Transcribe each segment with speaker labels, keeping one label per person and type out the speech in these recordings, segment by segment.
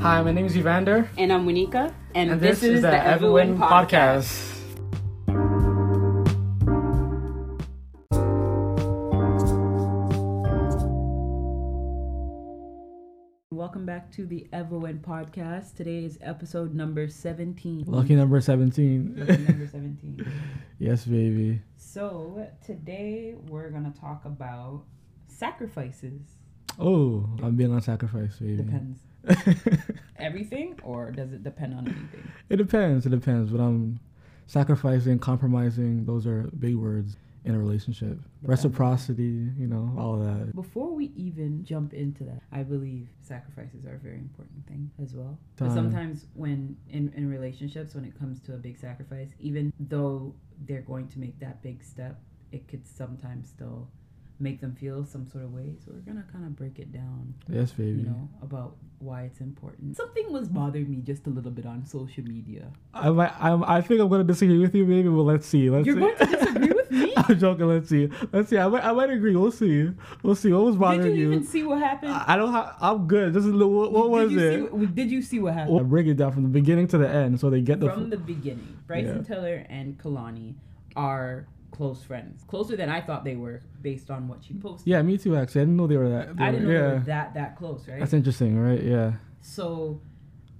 Speaker 1: Hi, my name is Evander,
Speaker 2: And I'm Winika, and,
Speaker 1: and this, is the Everwin Podcast.
Speaker 2: Welcome back to the Everwin Podcast. Today is episode number 17.
Speaker 1: Lucky number 17.
Speaker 2: Lucky number 17.
Speaker 1: yes, baby.
Speaker 2: So, today we're going to talk about sacrifices.
Speaker 1: Oh, I'm being on sacrifice, baby.
Speaker 2: Depends. Everything, or does it depend on anything?
Speaker 1: It depends. It depends. But I'm sacrificing, compromising. Those are big words in a relationship. Reciprocity, you know, all of that.
Speaker 2: Before we even jump into that, I believe sacrifices are a very important thing as well.
Speaker 1: Time.
Speaker 2: But sometimes when in, in relationships, when it comes to a big sacrifice, even though they're going to make that big step, it could sometimes still make them feel some sort of way. So we're gonna kind of break it down,
Speaker 1: Yes, baby.
Speaker 2: you know, about why it's important. Something was bothering me just a little bit on social media.
Speaker 1: I might. I'm, I think I'm gonna disagree with you, baby. But let's see. Let's
Speaker 2: You're
Speaker 1: see.
Speaker 2: going to disagree with me?
Speaker 1: I'm joking. Let's see. Let's see. I might. I might agree. We'll see. We'll see. What was
Speaker 2: Did you,
Speaker 1: bothering
Speaker 2: even see what happened?
Speaker 1: I I don't. Ha- I'm good. This is li- what, what was
Speaker 2: did you
Speaker 1: it?
Speaker 2: See what, did you see what happened?
Speaker 1: Well, break it down from the beginning to the end, so they get the.
Speaker 2: from the beginning, Bryson
Speaker 1: Yeah.
Speaker 2: Tiller and Kalani are close friends, closer than I thought they were based on what she posted.
Speaker 1: yeah, me too. Actually, I didn't know they were that. they
Speaker 2: I
Speaker 1: were-
Speaker 2: didn't know
Speaker 1: yeah.
Speaker 2: they were that that close, right?
Speaker 1: That's interesting, right? Yeah.
Speaker 2: So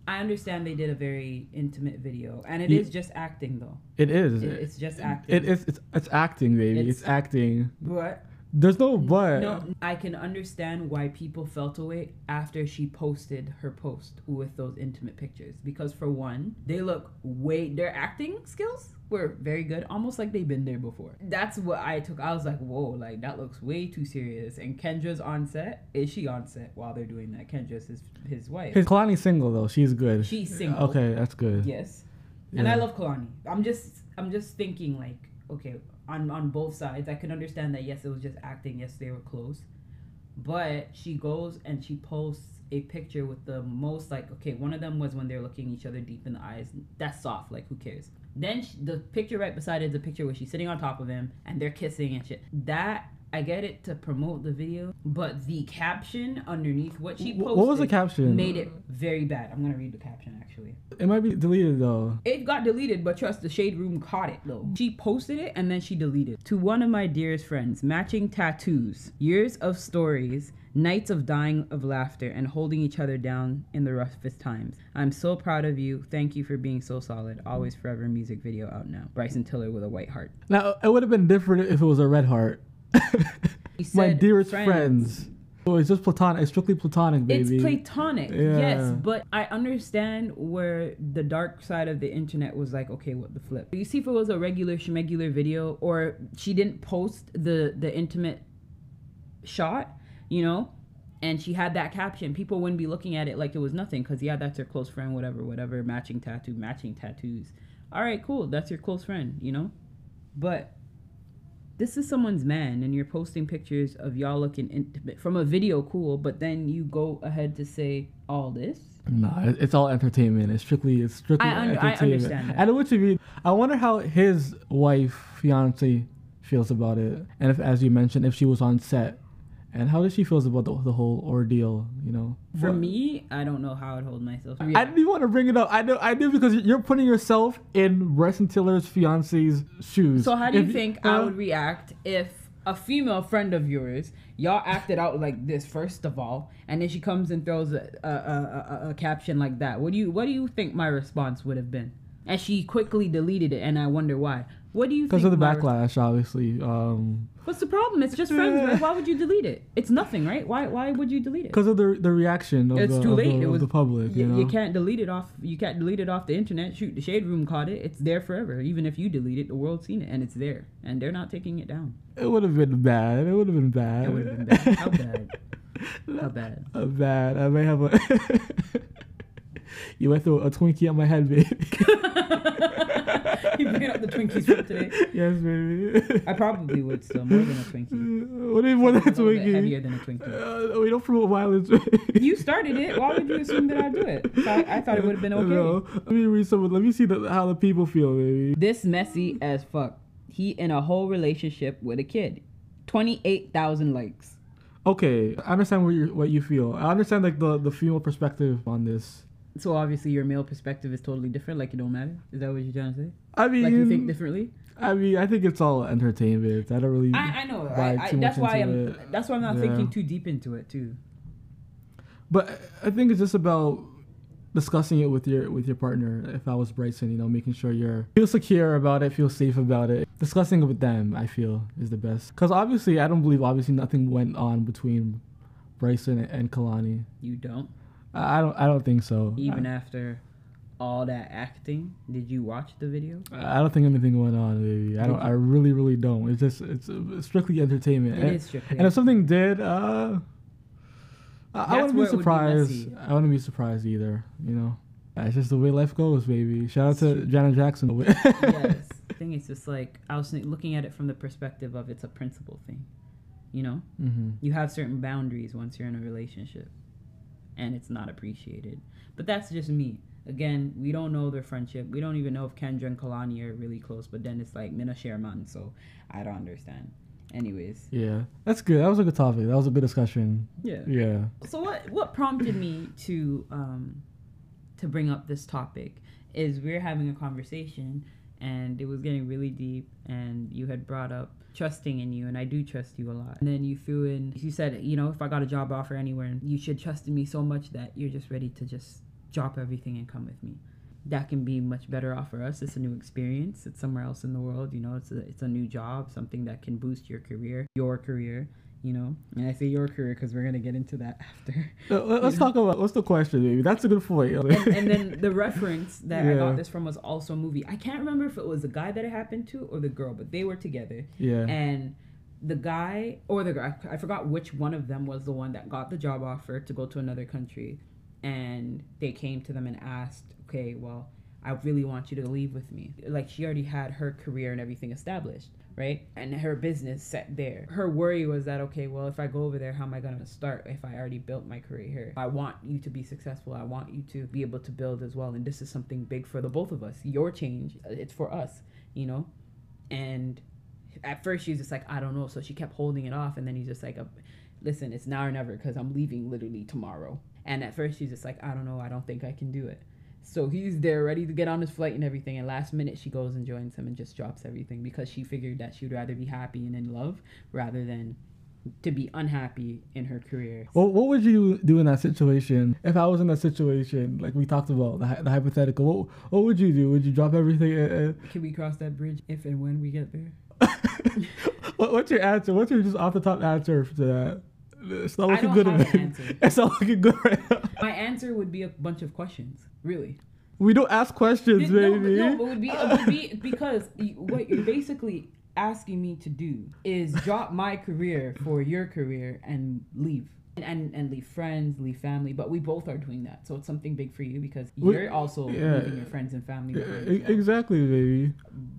Speaker 2: I understand they did a very intimate video, and it is
Speaker 1: Ye-
Speaker 2: just acting though.
Speaker 1: It is.
Speaker 2: It- it's just acting.
Speaker 1: It is. It's, it's acting, baby. It's,
Speaker 2: It's-
Speaker 1: acting.
Speaker 2: But
Speaker 1: There's no but.
Speaker 2: no, I can understand why people felt away after she posted her post with those intimate pictures. Because for one, they look way their acting skills were very good, almost like they've been there before. That's what I took. I was like, whoa, like that looks way too serious. And Kendra's on set. Is she on set while they're doing that? Kendra's his his wife.
Speaker 1: His Kalani's single though. She's good.
Speaker 2: She's single.
Speaker 1: Okay, that's good.
Speaker 2: Yes. And I
Speaker 1: Yeah.
Speaker 2: love Kalani. I'm just I'm just thinking like, okay, on on both sides, I can understand that yes, it was just acting, yes, they were close. But she goes and she posts a picture with the most like okay, one of them was when they're looking each other deep in the eyes. That's soft, like who cares? Then she, the picture right beside it is a picture where she's sitting on top of him and they're kissing and shit. That I get it to promote the video, but the caption underneath what she
Speaker 1: Wh-
Speaker 2: posted
Speaker 1: What was the caption?
Speaker 2: made it very bad. I'm gonna read the caption actually.
Speaker 1: It might be deleted though.
Speaker 2: It got deleted, but trust the shade room caught it though. She posted it and then she deleted. it. To one of my dearest friends, matching tattoos, years of stories, nights of dying of laughter, and holding each other down in the roughest times. I'm so proud of you. Thank you for being so solid. Always forever music video out now. Bryson Tiller with a white heart.
Speaker 1: Now it would have been different if it was a red heart. My
Speaker 2: said
Speaker 1: dearest
Speaker 2: friends.
Speaker 1: friends. Oh, it's just platonic. It's strictly platonic, baby.
Speaker 2: It's platonic,
Speaker 1: Yeah.
Speaker 2: yes, but I understand where the dark side of the internet was like, okay, what the flip? You see, if it was a regular schmegular video or she didn't post the the intimate shot, you know, and she had that caption, people wouldn't be looking at it like it was nothing because yeah, that's her close friend, whatever, whatever, matching tattoo, matching tattoos. All right, cool, that's your close friend, you know, but this is someone's man and you're posting pictures of y'all looking intimate from a video cool but then you go ahead to say all this
Speaker 1: No, it- it's all entertainment. It's strictly, it's strictly
Speaker 2: I un- I
Speaker 1: entertainment.
Speaker 2: understand that.
Speaker 1: I know what you mean. I wonder how his wife, fiance, feels about it, and if, as you mentioned, if she was on set, and how does she feels about the, the whole ordeal? You know,
Speaker 2: for
Speaker 1: What-
Speaker 2: me i don't know how i'd hold myself
Speaker 1: I didn't even want to bring it up. I know, I knew because you're putting yourself in Bryson Tiller's fiance's shoes.
Speaker 2: so how do you
Speaker 1: If-
Speaker 2: think i
Speaker 1: uh,
Speaker 2: would react if a female friend of yours y'all acted out like this first of all and then she comes and throws a, a, a, a, a caption like that what do you what do you think my response would have been and she quickly deleted it and i wonder why what do you
Speaker 1: Because
Speaker 2: think
Speaker 1: of the
Speaker 2: my res-
Speaker 1: backlash, obviously. Um,
Speaker 2: what's the problem it's just friends
Speaker 1: Yeah.
Speaker 2: right? why would you delete it it's nothing right why why would you delete it
Speaker 1: because of the the reaction of,
Speaker 2: It's
Speaker 1: the,
Speaker 2: too
Speaker 1: of
Speaker 2: late.
Speaker 1: the-
Speaker 2: it
Speaker 1: of
Speaker 2: was
Speaker 1: the public.
Speaker 2: y-
Speaker 1: you know?
Speaker 2: can't delete it off. You can't delete it off the internet. Shoot, the shade room caught it. It's there forever. Even if you delete it, the world's seen it, and it's there, and they're not taking it down.
Speaker 1: It would have been bad. It would have been bad.
Speaker 2: It would have been bad. How bad? How bad?
Speaker 1: Uh, bad. I may have a. you might throw a Twinkie at my head, baby.
Speaker 2: you bringing up the Twinkies from today?
Speaker 1: yes, baby.
Speaker 2: I probably would still more than a Twinkie.
Speaker 1: what do you want
Speaker 2: A
Speaker 1: that
Speaker 2: little bit heavier
Speaker 1: Twinkie?
Speaker 2: than a Twinkie.
Speaker 1: Uh, we don't promote violence.
Speaker 2: You started it. Why would you assume that I do it? So I, I thought it would have been okay.
Speaker 1: No. Let me read some. Let me see the, how the people feel, baby.
Speaker 2: This messy as fuck. He in a whole relationship with a kid. Twenty eight thousand likes.
Speaker 1: Okay, I understand what you what you feel. I understand like the the female perspective on this.
Speaker 2: So obviously your male perspective is totally different. Like it don't matter. Is that what you're trying to say?
Speaker 1: I mean,
Speaker 2: Like you think differently?
Speaker 1: I mean, I think it's all entertainment. I don't really.
Speaker 2: I, I know. I,
Speaker 1: Right,
Speaker 2: I,
Speaker 1: too
Speaker 2: that's
Speaker 1: much
Speaker 2: why
Speaker 1: into
Speaker 2: I'm.
Speaker 1: it.
Speaker 2: That's why I'm not
Speaker 1: Yeah.
Speaker 2: thinking too deep into it too.
Speaker 1: But I think it's just about discussing it with your with your partner. If I was Bryson, you know, making sure you're feel secure about it, feel safe about it. Discussing it with them, I feel, is the best. Because obviously, I don't believe obviously nothing went on between Bryson and Kalani.
Speaker 2: You don't.
Speaker 1: I I don't. I don't think so.
Speaker 2: Even after all that acting, did you watch the video?
Speaker 1: I, I don't think anything went on, baby. I don't. I really, really don't. It's just it's uh, strictly entertainment.
Speaker 2: It
Speaker 1: and,
Speaker 2: is strictly
Speaker 1: and if something did, uh, I, I
Speaker 2: That's
Speaker 1: wouldn't be
Speaker 2: where it would be
Speaker 1: surprised.
Speaker 2: messy.
Speaker 1: I wouldn't be surprised either. You know, that's just the way life goes, baby. Shout out
Speaker 2: It's
Speaker 1: to
Speaker 2: true.
Speaker 1: Janet Jackson.
Speaker 2: yes. The thing is, just like I was think- looking at it from the perspective of it's a principle thing. You know,
Speaker 1: hmm
Speaker 2: you have certain boundaries once you're in a relationship, and it's not appreciated. But that's just me. Again, we don't know their friendship. We don't even know if Kendra and Kalani are really close. But then it's like Mina Sherman, so I don't understand. Anyways,
Speaker 1: Yeah, that's good. That was a good topic. That was a good discussion.
Speaker 2: yeah.
Speaker 1: Yeah.
Speaker 2: So what what prompted me to um to bring up this topic is we were having a conversation and it was getting really deep and you had brought up trusting in you and I do trust you a lot. And then you threw in you said, you know, if I got a job offer anywhere, you should trust in me so much that you're just ready to just drop everything and come with me. That can be much better off for us. It's a new experience. It's somewhere else in the world. You know, it's a it's a new job, something that can boost your career, your career. You know, and I say your career because we're gonna get into that after.
Speaker 1: Uh, let- Let's talk about what's the question, baby. That's a good point.
Speaker 2: and, and then the reference that I
Speaker 1: Yeah.
Speaker 2: got this from was also a movie. I can't remember if it was the guy that it happened to or the girl, but they were together.
Speaker 1: yeah.
Speaker 2: And the guy or the girl, I forgot which one of them was the one that got the job offer to go to another country. And they came to them and asked, okay, well, I really want you to leave with me. Like, she already had her career and everything established, right? And her business set there. Her worry was that, okay, well, if I go over there, how am I going to start if I already built my career here? I want you to be successful. I want you to be able to build as well. And this is something big for the both of us. Your change, uh, it's for us, you know? And at first she was just like, I don't know. So she kept holding it off. And then he's just like, listen, it's now or never because I'm leaving literally tomorrow. And at first she's just like, I don't know. I don't think I can do it. So he's there ready to get on his flight and everything. And last minute she goes and joins him and just drops everything because she figured that she would rather be happy and in love rather than to be unhappy in her career.
Speaker 1: Well, what would you do in that situation? If I was in that situation, like we talked about, the, hy- the hypothetical, what, what would you do? Would you drop everything? uh, And, and-
Speaker 2: Can we cross that bridge if and when we get there?
Speaker 1: What, what's your answer? What's your just off the top answer to that? It's not
Speaker 2: I
Speaker 1: looking
Speaker 2: don't
Speaker 1: good.
Speaker 2: have an
Speaker 1: man.
Speaker 2: answer.
Speaker 1: It's not looking good right now.
Speaker 2: My answer would be a bunch of questions, really.
Speaker 1: We don't ask questions,
Speaker 2: No, but-
Speaker 1: baby.
Speaker 2: No, but it would be, it would be because you, what you're basically asking me to do is drop my career for your career and leave. And, and, and leave friends, leave family, but we both are doing that. So it's something big for you because
Speaker 1: We-
Speaker 2: you're also
Speaker 1: yeah.
Speaker 2: leaving your friends and family behind.
Speaker 1: E-
Speaker 2: as well.
Speaker 1: exactly, baby.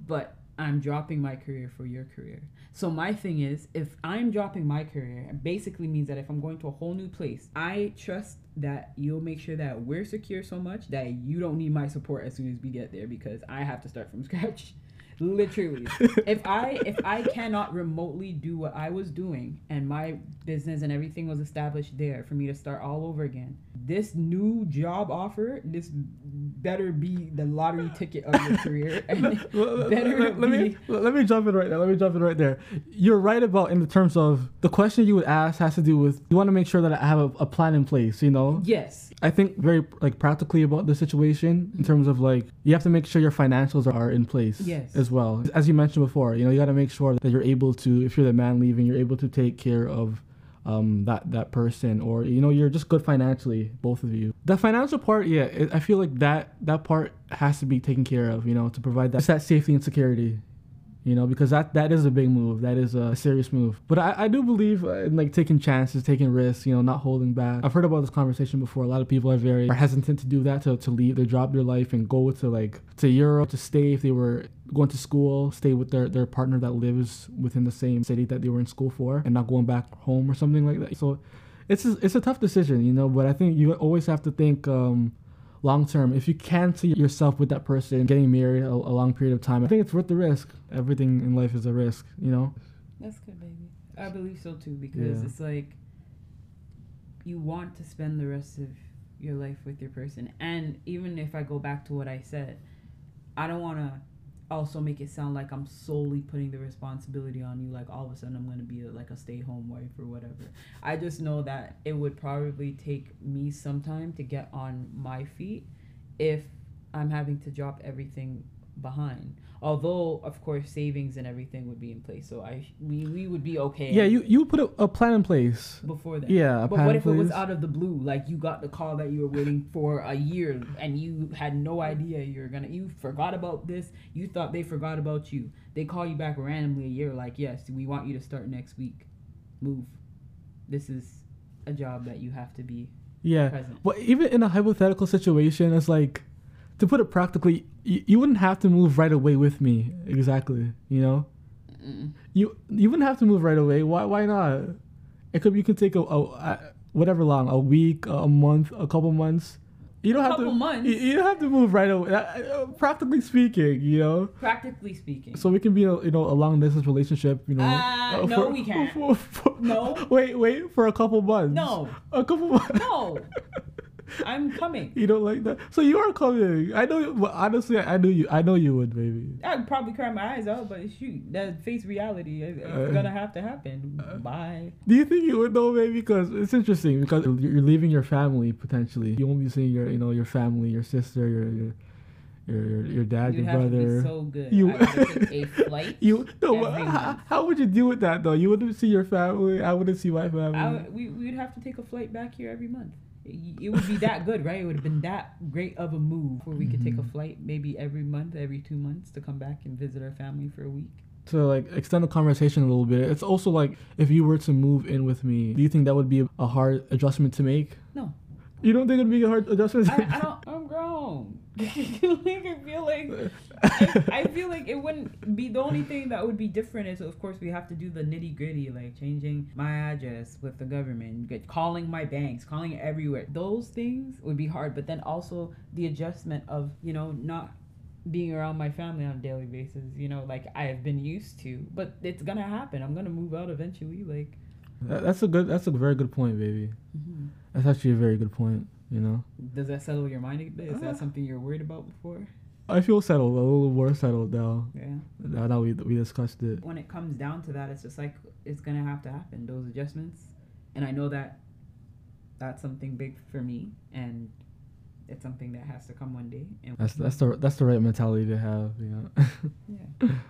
Speaker 2: But I'm dropping my career for your career. So my thing is, if I'm dropping my career, it basically means that if I'm going to a whole new place, I trust that you'll make sure that we're secure so much that you don't need my support as soon as we get there because I have to start from scratch. Literally. if I if I cannot remotely do what I was doing and my business and everything was established there for me to start all over again, this new job offer, this better be the lottery ticket of your career. And
Speaker 1: Let- let-
Speaker 2: better
Speaker 1: let, let me
Speaker 2: be-
Speaker 1: let let me jump in right there. Let me jump in right there. You're right about in the terms of the question you would ask has to do with you want to make sure that I have a, a plan in place. You know,
Speaker 2: yes.
Speaker 1: I think very like practically about the situation in terms of like you have to make sure your financials are in place
Speaker 2: Yes.
Speaker 1: as well. As you mentioned before, you know, you got to make sure that you're able to if you're the man leaving, you're able to take care of um, that that person or you know you're just good financially both of you the financial part yeah it, i feel like that that part has to be taken care of you know to provide that, just that safety and security you know because that that is a big move that is a serious move but i, I do believe uh, in like taking chances taking risks you know not holding back i've heard about this conversation before a lot of people are very are hesitant to do that to, to leave they drop their life and go to like to europe to stay if they were going to school stay with their, their partner that lives within the same city that they were in school for and not going back home or something like that so it's a, it's a tough decision you know but i think you always have to think um long term if you can see yourself with that person getting married a, a long period of time i think it's worth the risk everything in life is a risk you know
Speaker 2: That's good, baby. I believe so too because
Speaker 1: Yeah.
Speaker 2: it's like you want to spend the rest of your life with your person. And even if I go back to what I said, I don't want to also make it sound like I'm solely putting the responsibility on you. Like all of a sudden I'm going to be a, like a stay home wife or whatever. I just know that it would probably take me some time to get on my feet if I'm having to drop everything behind. Although of course savings and everything would be in place, so I we, we would be okay.
Speaker 1: Yeah, you you put a, a plan in place.
Speaker 2: before that.
Speaker 1: Yeah, a
Speaker 2: But
Speaker 1: plan
Speaker 2: what
Speaker 1: in
Speaker 2: if it was
Speaker 1: place.
Speaker 2: out of the blue? Like you got the call that you were waiting for a year and you had no idea you were gonna you forgot about this, you thought they forgot about you. They call you back randomly a year, like, yes, we want you to start next week. Move. This is a job that you have to be
Speaker 1: Yeah.
Speaker 2: present.
Speaker 1: But even in a hypothetical situation, it's like, to put it practically, you, you wouldn't have to move right away with me. Exactly. You know,
Speaker 2: Mm.
Speaker 1: you you wouldn't have to move right away. Why why not? It could you can take a, a, a- whatever long a week, a month, a couple months. You don't have
Speaker 2: Couple
Speaker 1: to.
Speaker 2: months?
Speaker 1: You, you don't have to move right away. Uh, uh, Practically speaking, you know.
Speaker 2: Practically speaking.
Speaker 1: So we can be, a, you know, a long distance relationship, you know.
Speaker 2: Uh, no, we can't.
Speaker 1: for- for-
Speaker 2: No.
Speaker 1: Wait, wait for a couple months.
Speaker 2: No.
Speaker 1: A couple months.
Speaker 2: no. I'm coming.
Speaker 1: You don't like that, so you are coming. I know. Well, honestly, I knew you. I know you would, baby.
Speaker 2: I'd probably cry my eyes out, but shoot, that face reality is
Speaker 1: Uh,
Speaker 2: it's gonna have to happen. Bye.
Speaker 1: Do you think you would know, baby? Because it's interesting. Because you're you're leaving your family potentially. You won't be seeing your, you know, your family, your sister, your, your, your, your, your dad,
Speaker 2: You'd
Speaker 1: your
Speaker 2: have
Speaker 1: brother.
Speaker 2: to be so good.
Speaker 1: You-
Speaker 2: You I would take a flight.
Speaker 1: you no.
Speaker 2: every
Speaker 1: but How,
Speaker 2: month.
Speaker 1: how would you deal with that though? You wouldn't see your family. I wouldn't see my family.
Speaker 2: I would, we we would have to take a flight back here every month. It it would be that good, right? It would have been that great of a move where we could take a flight maybe every month, every two months to come back and visit our family for a week.
Speaker 1: to like extend the conversation a little bit. It's also like if you were to move in with me, do you think that would be a hard adjustment to make?
Speaker 2: No.
Speaker 1: You don't think it'd be a hard adjustment?
Speaker 2: I, I don't. I'm grown. like I feel like I, I feel like it wouldn't be the only thing that would be different is of course we have to do the nitty gritty like changing my address with the government, get- calling my banks, calling everywhere. Those things would be hard, but then also the adjustment of you know not being around my family on a daily basis. You know, like I have been used to, but it's gonna happen. I'm gonna move out eventually. Like
Speaker 1: That- That's a good. That's a very good point, baby.
Speaker 2: Mhm.
Speaker 1: That's actually a very good point. You know,
Speaker 2: does that settle your mind a bit? Is that something you're worried about before?
Speaker 1: I feel settled, a little more settled now.
Speaker 2: Yeah.
Speaker 1: Now that we we discussed it.
Speaker 2: when it comes down to that, it's just like it's gonna have to happen. Those adjustments, and I know that that's something big for me, and it's something that has to come one day. And
Speaker 1: That's that's the that's the right mentality to have. You know,
Speaker 2: yeah.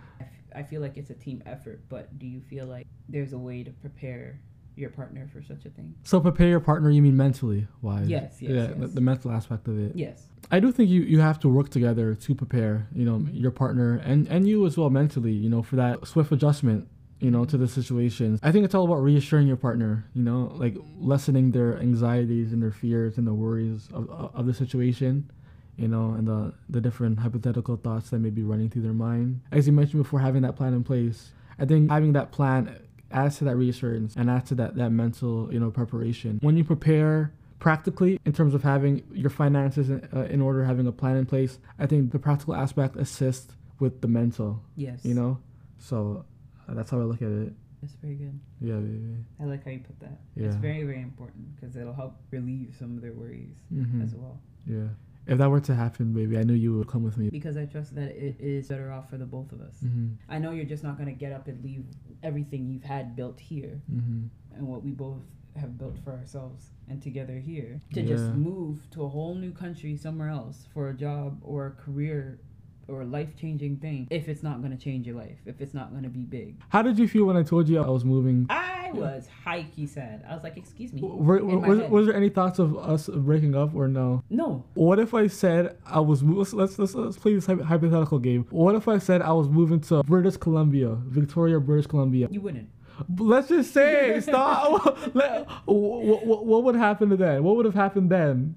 Speaker 2: I, f- I feel like it's a team effort, but do you feel like there's a way to prepare your partner for such a thing?
Speaker 1: so prepare your partner. You mean mentally wise?
Speaker 2: Yes, yes,
Speaker 1: yeah,
Speaker 2: yes.
Speaker 1: The, the mental aspect of it.
Speaker 2: Yes.
Speaker 1: I do think you, you have to work together to prepare, you know, your partner and, and you as well mentally, you know, for that swift adjustment, you know, to the situation. I think it's all about reassuring your partner, you know, like lessening their anxieties and their fears and the worries of, of the situation, you know, and the, the different hypothetical thoughts that may be running through their mind. As you mentioned before, having that plan in place, I think having that plan adds to that reassurance and adds to that, that mental, you know, preparation. When you prepare practically in terms of having your finances in, uh, in order, having a plan in place, I think the practical aspect assists with the mental,
Speaker 2: Yes.
Speaker 1: you know? So uh, that's how I look at it.
Speaker 2: That's very good.
Speaker 1: Yeah, baby.
Speaker 2: I like how you put that.
Speaker 1: Yeah.
Speaker 2: It's very very important because it'll help relieve some of their worries
Speaker 1: hmm
Speaker 2: as well.
Speaker 1: Yeah. If that were to happen, baby, I knew you would come with me.
Speaker 2: Because I trust that it is better off for the both of us.
Speaker 1: Mm-hmm.
Speaker 2: I know you're just not going to get up and leave everything you've had built here
Speaker 1: Mm-hmm.
Speaker 2: and what we both have built for ourselves and together here to just
Speaker 1: Yeah.
Speaker 2: move to a whole new country somewhere else for a job or a career or a life changing thing if it's not going to change your life, if it's not going to be big.
Speaker 1: How did you feel when I told you I was moving?
Speaker 2: I was high key sad. I was like, excuse me.
Speaker 1: W- Were,
Speaker 2: In my
Speaker 1: was,
Speaker 2: head.
Speaker 1: was there any thoughts of us breaking up or no?
Speaker 2: No.
Speaker 1: What if I said I was mo- let's let's, let's, let's play this hy- hypothetical game. What if I said I was moving to British Columbia, Victoria, British Columbia?
Speaker 2: You wouldn't.
Speaker 1: Let's just say stop. Let, what, what, what would happen to then? What would have happened then?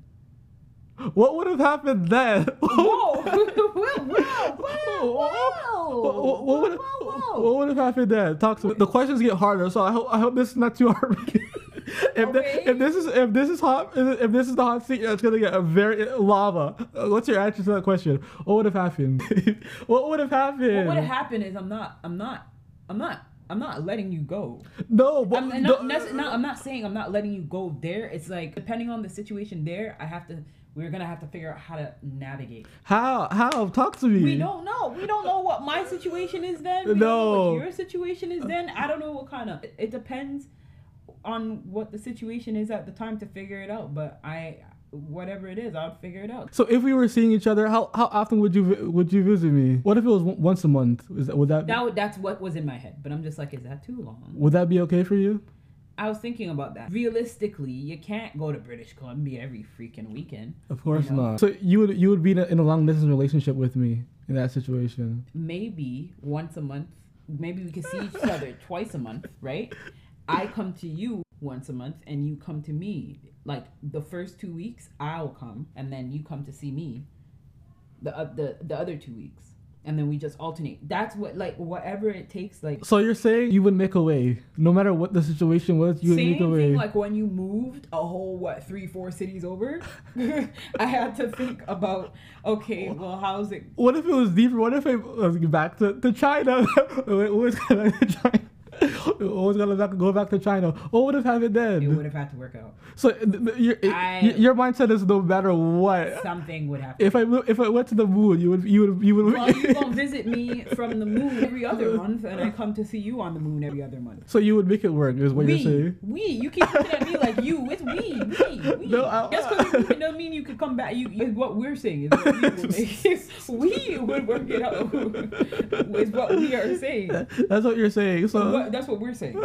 Speaker 1: What would have happened then?
Speaker 2: Whoa! whoa! Whoa! Whoa!
Speaker 1: What, what,
Speaker 2: Whoa!
Speaker 1: would,
Speaker 2: Whoa!
Speaker 1: what would have happened then? Talk to me. The questions get harder, so I hope I hope this is not too hard. if, thi-
Speaker 2: Okay.
Speaker 1: if this is if this is hot if this is the hot seat, it's gonna get a very lava. Uh, What's your answer to that question? What would have happened? what would have happened?
Speaker 2: But what happened is I'm not I'm not I'm not I'm not letting you go.
Speaker 1: No, but
Speaker 2: I'm, and
Speaker 1: no,
Speaker 2: not, nece- not- I'm not saying I'm not letting you go there. It's like depending on the situation there, I have to. We're gonna have to figure out how to navigate.
Speaker 1: how how talk to me.
Speaker 2: We don't know. We don't know what my situation is then. We don't know
Speaker 1: No.
Speaker 2: what your situation is then. I don't know what kind of. It depends on what the situation is at the time to figure it out. But I, whatever it is, I'll figure it out.
Speaker 1: So if we were seeing each other, how, how often would you vi- would you visit me? What if it was on- once a month? Is that would that,
Speaker 2: That w- that's what was in my head. But I'm just like, is that too long?
Speaker 1: would that be okay for you?
Speaker 2: I was thinking about that. Realistically, you can't go to British Columbia every freaking weekend.
Speaker 1: Of course
Speaker 2: No.
Speaker 1: not. So you would you would be in a, in a long distance relationship with me in that situation.
Speaker 2: Maybe once a month, maybe we could see each other twice a month, right? I come to you once a month and you come to me. Like the first two weeks, I'll come and then you come to see me. The, uh, the the other two weeks and then we just alternate that's what like whatever it takes like
Speaker 1: So you're saying you would make a way, no matter what the situation was, you would
Speaker 2: Same
Speaker 1: make a
Speaker 2: thing
Speaker 1: way.
Speaker 2: like when you moved a whole what three four cities over. I had to think about okay, well, how's it?
Speaker 1: what if it was deeper? What if it was back to, to China? Wait, what was gonna China? What was gonna back- go back to China? What would have happened
Speaker 2: It
Speaker 1: then?
Speaker 2: would have had to work out.
Speaker 1: So th- th- your,
Speaker 2: I-
Speaker 1: y- your mindset is no matter what.
Speaker 2: Something would happen.
Speaker 1: If I mo- if I went to the moon, you would you would you would.
Speaker 2: well, you gonna visit me from the moon every other month, and I come to see you on the moon every other month.
Speaker 1: so you would make it work, is what you're
Speaker 2: We,
Speaker 1: saying.
Speaker 2: we, you keep looking at me like you. It's we, we, we.
Speaker 1: No, I-
Speaker 2: Just because you don't mean you could come back. You, you what we're saying is that we, will make- we would work it out. is what we are saying.
Speaker 1: That's what you're saying. So
Speaker 2: What, that's what we're saying.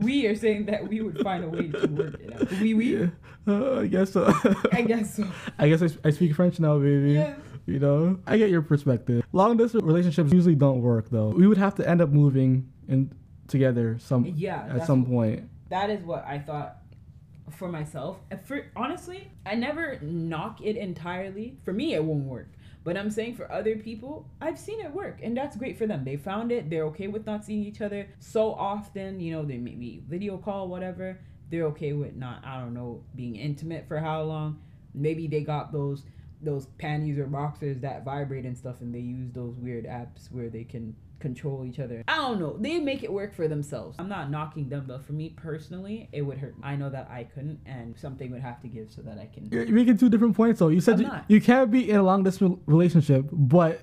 Speaker 2: we are saying that we would find a way to work it out. We we.
Speaker 1: Yeah. Uh, I guess so.
Speaker 2: I guess so.
Speaker 1: I guess I, s- I speak French now, baby.
Speaker 2: Yeah.
Speaker 1: You know, I get your perspective. Long distance relationships usually don't work though. We would have to end up moving in together some
Speaker 2: Yeah,
Speaker 1: at
Speaker 2: that's-
Speaker 1: some point.
Speaker 2: That is what I thought for myself. And For honestly, I never knock it entirely. For me, it won't work. But I'm saying for other people, I've seen it work, and that's great for them. They found it. They're okay with not seeing each other so often. You know, they maybe video call, whatever. They're okay with not, I don't know, being intimate for how long. Maybe they got those those panties or boxers that vibrate and stuff, and they use those weird apps where they can control each other. I don't know. They make it work for themselves. I'm not knocking them, but for me personally, it would hurt. I know that I couldn't, and something would have to give so that I can.
Speaker 1: You're making two different points though. You said
Speaker 2: I'm
Speaker 1: you,
Speaker 2: not.
Speaker 1: you can't be in a long distance relationship, but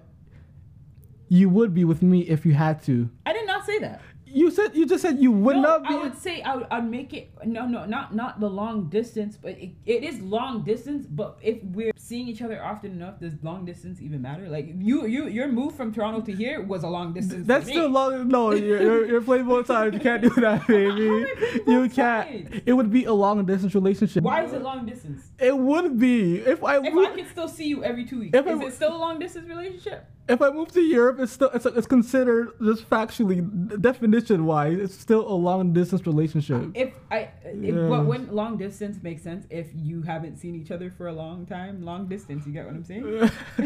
Speaker 1: you would be with me if you had to.
Speaker 2: I did not say that.
Speaker 1: You said you just said you would
Speaker 2: no,
Speaker 1: not be.
Speaker 2: I would say I would, I'd make it no no not not the long distance but it, it is long distance but if we're seeing each other often enough does long distance even matter like you you your move from Toronto to here was a long distance for
Speaker 1: That's
Speaker 2: me.
Speaker 1: still long. No, you're, you're, you're playing both sides. You can't do that, baby. You can't. It would be a long distance relationship.
Speaker 2: why is it long distance
Speaker 1: It would be if I
Speaker 2: if
Speaker 1: mo-
Speaker 2: I can still see you every two weeks
Speaker 1: If I
Speaker 2: is
Speaker 1: w-
Speaker 2: it still a long distance relationship
Speaker 1: if I move to Europe, it's still it's, it's considered just factually definition wise, it's still a long distance relationship.
Speaker 2: if I if,
Speaker 1: Yeah.
Speaker 2: but when long distance makes sense if you haven't seen each other for a long time long distance you get what I'm saying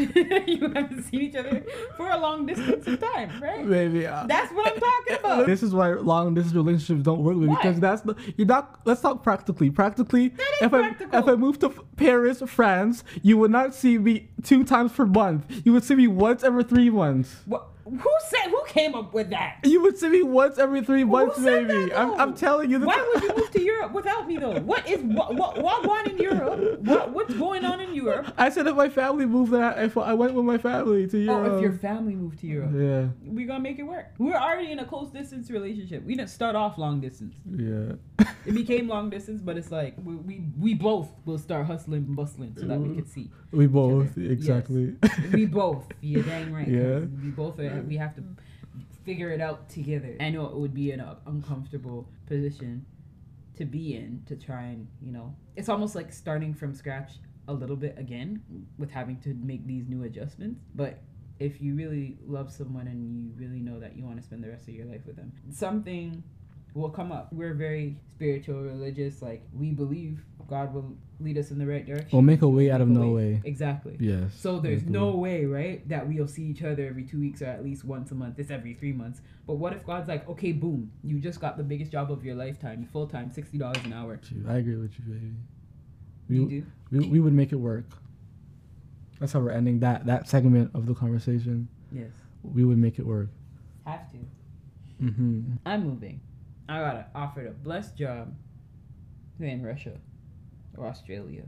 Speaker 2: you haven't seen each other for a long distance of time right
Speaker 1: Maybe. uh,
Speaker 2: that's what I'm talking about
Speaker 1: This is why long distance relationships don't work with
Speaker 2: Why?
Speaker 1: because that's the you're not. Let's talk practically. Practically,
Speaker 2: is
Speaker 1: if I
Speaker 2: practical.
Speaker 1: if I move to F- Paris, France, you would not see me two times per month. You would see me once every three months.
Speaker 2: What, who said? Who came up with that?
Speaker 1: You would see me once every three months,
Speaker 2: said that,
Speaker 1: maybe. I'm,
Speaker 2: though?
Speaker 1: I'm telling you.
Speaker 2: Why would you move to Europe without me though? What is what what what going in Europe? What what's going on in Europe?
Speaker 1: I said if my family moved, then I, if I went with my family to Europe.
Speaker 2: Oh, if your family moved to Europe,
Speaker 1: yeah,
Speaker 2: we gonna make it work. We're already in a close distance relationship. We didn't start off long distance.
Speaker 1: yeah.
Speaker 2: It became long distance, but it's like we we, we both will start hustling and bustling so that we could see.
Speaker 1: We both,
Speaker 2: Yes.
Speaker 1: exactly.
Speaker 2: we both. You're dang right.
Speaker 1: Yeah.
Speaker 2: We both are, we have to figure it out together. I know it would be an uh, uncomfortable position to be in to try and, you know, it's almost like starting from scratch a little bit again with having to make these new adjustments. But if you really love someone and you really know that you want to spend the rest of your life with them, something will come up. We're very spiritual, religious, like we believe God will lead us in the right direction.
Speaker 1: We'll make a way out of
Speaker 2: Make a
Speaker 1: no way.
Speaker 2: Exactly.
Speaker 1: Yes.
Speaker 2: So there's
Speaker 1: Mm-hmm.
Speaker 2: no way, right, that we'll see each other every two weeks or at least once a month. It's every three months. But what if God's like, okay, boom, you just got the biggest job of your lifetime, full time, sixty dollars an hour.
Speaker 1: I agree with you, baby. We,
Speaker 2: You do.
Speaker 1: we we would make it work. That's how we're ending that that segment of the conversation.
Speaker 2: Yes.
Speaker 1: We would make it work.
Speaker 2: Have to.
Speaker 1: Mm-hmm.
Speaker 2: I'm moving. I got offered a blessed job in Russia or Australia.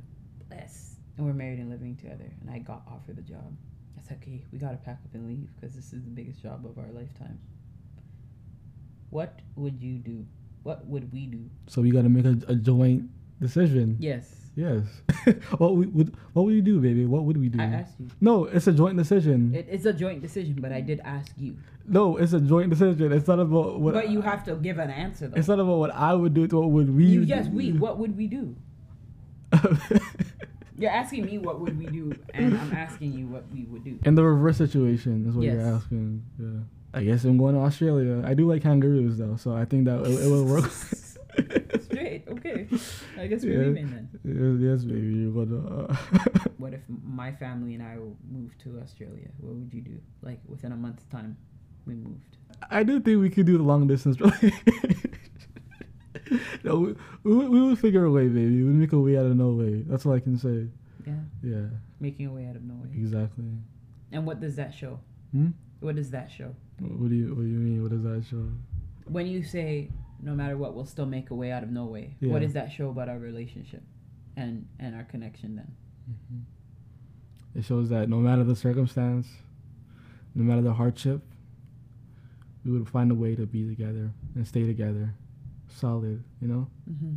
Speaker 2: Blessed. And we're married and living together. And I got offered the job. I said, okay, we got to pack up and leave because this is the biggest job of our lifetime. What would you do? What would we do?
Speaker 1: So you got to make a, a joint decision.
Speaker 2: Yes.
Speaker 1: Yes. what we would what would you do, baby? What would we do?
Speaker 2: I asked you.
Speaker 1: no, it's a joint decision.
Speaker 2: It, it's a joint decision, but I did ask you.
Speaker 1: no, it's a joint decision. It's not about what.
Speaker 2: but you have to give an answer, though.
Speaker 1: It's not about what I would do. It's what would we?
Speaker 2: you,
Speaker 1: do.
Speaker 2: yes, we. What would we do? You're asking me what would we do, and I'm asking you what we would do.
Speaker 1: In the reverse situation is what you're
Speaker 2: Yes.
Speaker 1: asking. Yeah. I guess I'm going to Australia. I do like kangaroos though, so I think that it, it will work.
Speaker 2: Straight. Okay. I guess we're
Speaker 1: Yeah.
Speaker 2: leaving then.
Speaker 1: yes, yes, baby. You're gonna. Uh,
Speaker 2: What if my family and I moved to Australia? What would you do? Like within a month's time, we moved.
Speaker 1: I do think we could do the long distance relationship. no, we, we, would- we would figure a way, baby. We'd make a way out of no way. That's all I can say.
Speaker 2: Yeah,
Speaker 1: Yeah,
Speaker 2: making a way out of nowhere.
Speaker 1: exactly.
Speaker 2: And what does that show?
Speaker 1: Hmm?
Speaker 2: What does that show?
Speaker 1: What do you What do you mean? What does that show?
Speaker 2: When you say no matter what, we'll still make a way out of no way. What
Speaker 1: Yeah.
Speaker 2: does that show about our relationship, and and our connection then?
Speaker 1: Mm-hmm. It shows that no matter the circumstance, no matter the hardship, we would find a way to be together and stay together, solid. You know,
Speaker 2: Mm-hmm.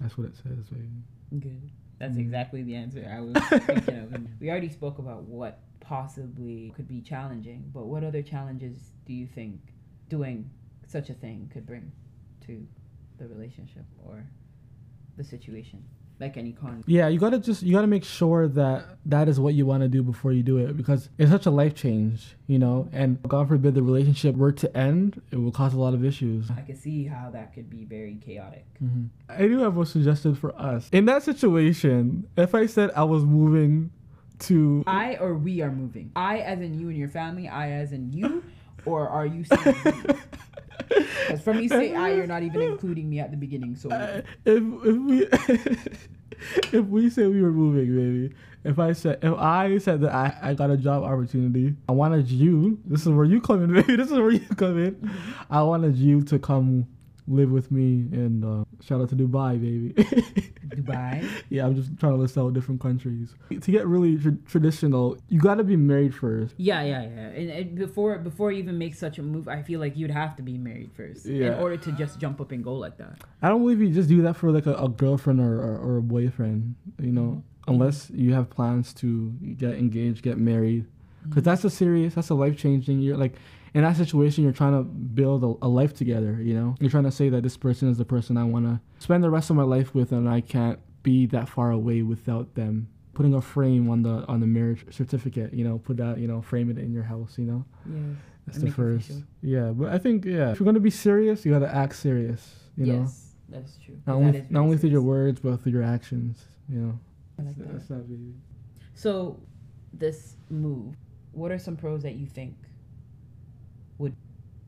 Speaker 1: that's what it says, baby.
Speaker 2: Good. That's
Speaker 1: Mm.
Speaker 2: exactly the answer I was thinking of. And We already spoke about what possibly could be challenging, but what other challenges do you think doing such a thing could bring to the relationship or the situation? Like any con.
Speaker 1: Yeah, you gotta just you gotta make sure that that is what you want to do before you do it because it's such a life change, you know. And God forbid the relationship were to end, it will cause a lot of issues.
Speaker 2: I can see how that could be very chaotic.
Speaker 1: I do have a suggestion for us in that situation. If I said I was moving to,
Speaker 2: I or we are moving. I as in you and your family, I as in you, or are you saying Because from you say I, you're not even including me at the beginning, so
Speaker 1: Uh, if if we if we say we were moving, baby. If I said if I said that I, I got a job opportunity, I wanted you. This is where you come in, baby. This is where you come in. I wanted you to come live with me and uh, shout out to Dubai, baby.
Speaker 2: Dubai.
Speaker 1: yeah, I'm just trying to list out different countries to get really tr- traditional. You got to be married first.
Speaker 2: Yeah, yeah, yeah. And, and before before you even make such a move, I feel like you'd have to be married first in
Speaker 1: Yeah.
Speaker 2: order to just jump up and go like that.
Speaker 1: I don't believe you just do that for like a, a girlfriend or, or, or a boyfriend, you know, unless you have plans to get engaged, get married. Because that's a serious, that's a life changing. You're like, in that situation, you're trying to build a, a life together, you know? You're trying to say that this person is the person I want to spend the rest of my life with and I can't be that far away without them. Putting a frame on the on the marriage certificate, you know, put that, you know, frame it in your house, you know?
Speaker 2: Yes.
Speaker 1: That's
Speaker 2: and
Speaker 1: the
Speaker 2: make it
Speaker 1: first.
Speaker 2: official.
Speaker 1: Yeah, but I think, yeah, if you're going to be serious, you got to act serious, you know?
Speaker 2: yes, that's true.
Speaker 1: Not
Speaker 2: That
Speaker 1: only,
Speaker 2: is
Speaker 1: not
Speaker 2: really
Speaker 1: only through your
Speaker 2: serious.
Speaker 1: words, but through your actions. You know,
Speaker 2: I like that.
Speaker 1: that's not baby.
Speaker 2: So, this move, what are some pros that you think would,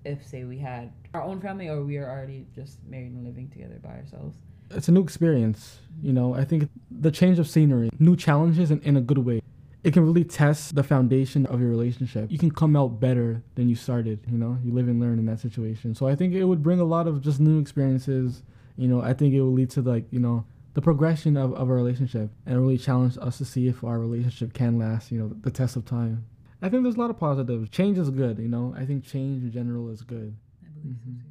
Speaker 2: if say we had our own family or we are already just married and living together by ourselves?
Speaker 1: It's a new experience. You know, I think the change of scenery, new challenges, and in a good way. It can really test the foundation of your relationship. You can come out better than you started. You know, you live and learn in that situation. So I think it would bring a lot of just new experiences. You know, I think it will lead to like you know the progression of, of our relationship and really challenge us to see if our relationship can last. You know, the test of time. I think there's a lot of positives. Change is good. You know, I think change in general is good.
Speaker 2: I believe so
Speaker 1: Mhm.
Speaker 2: too.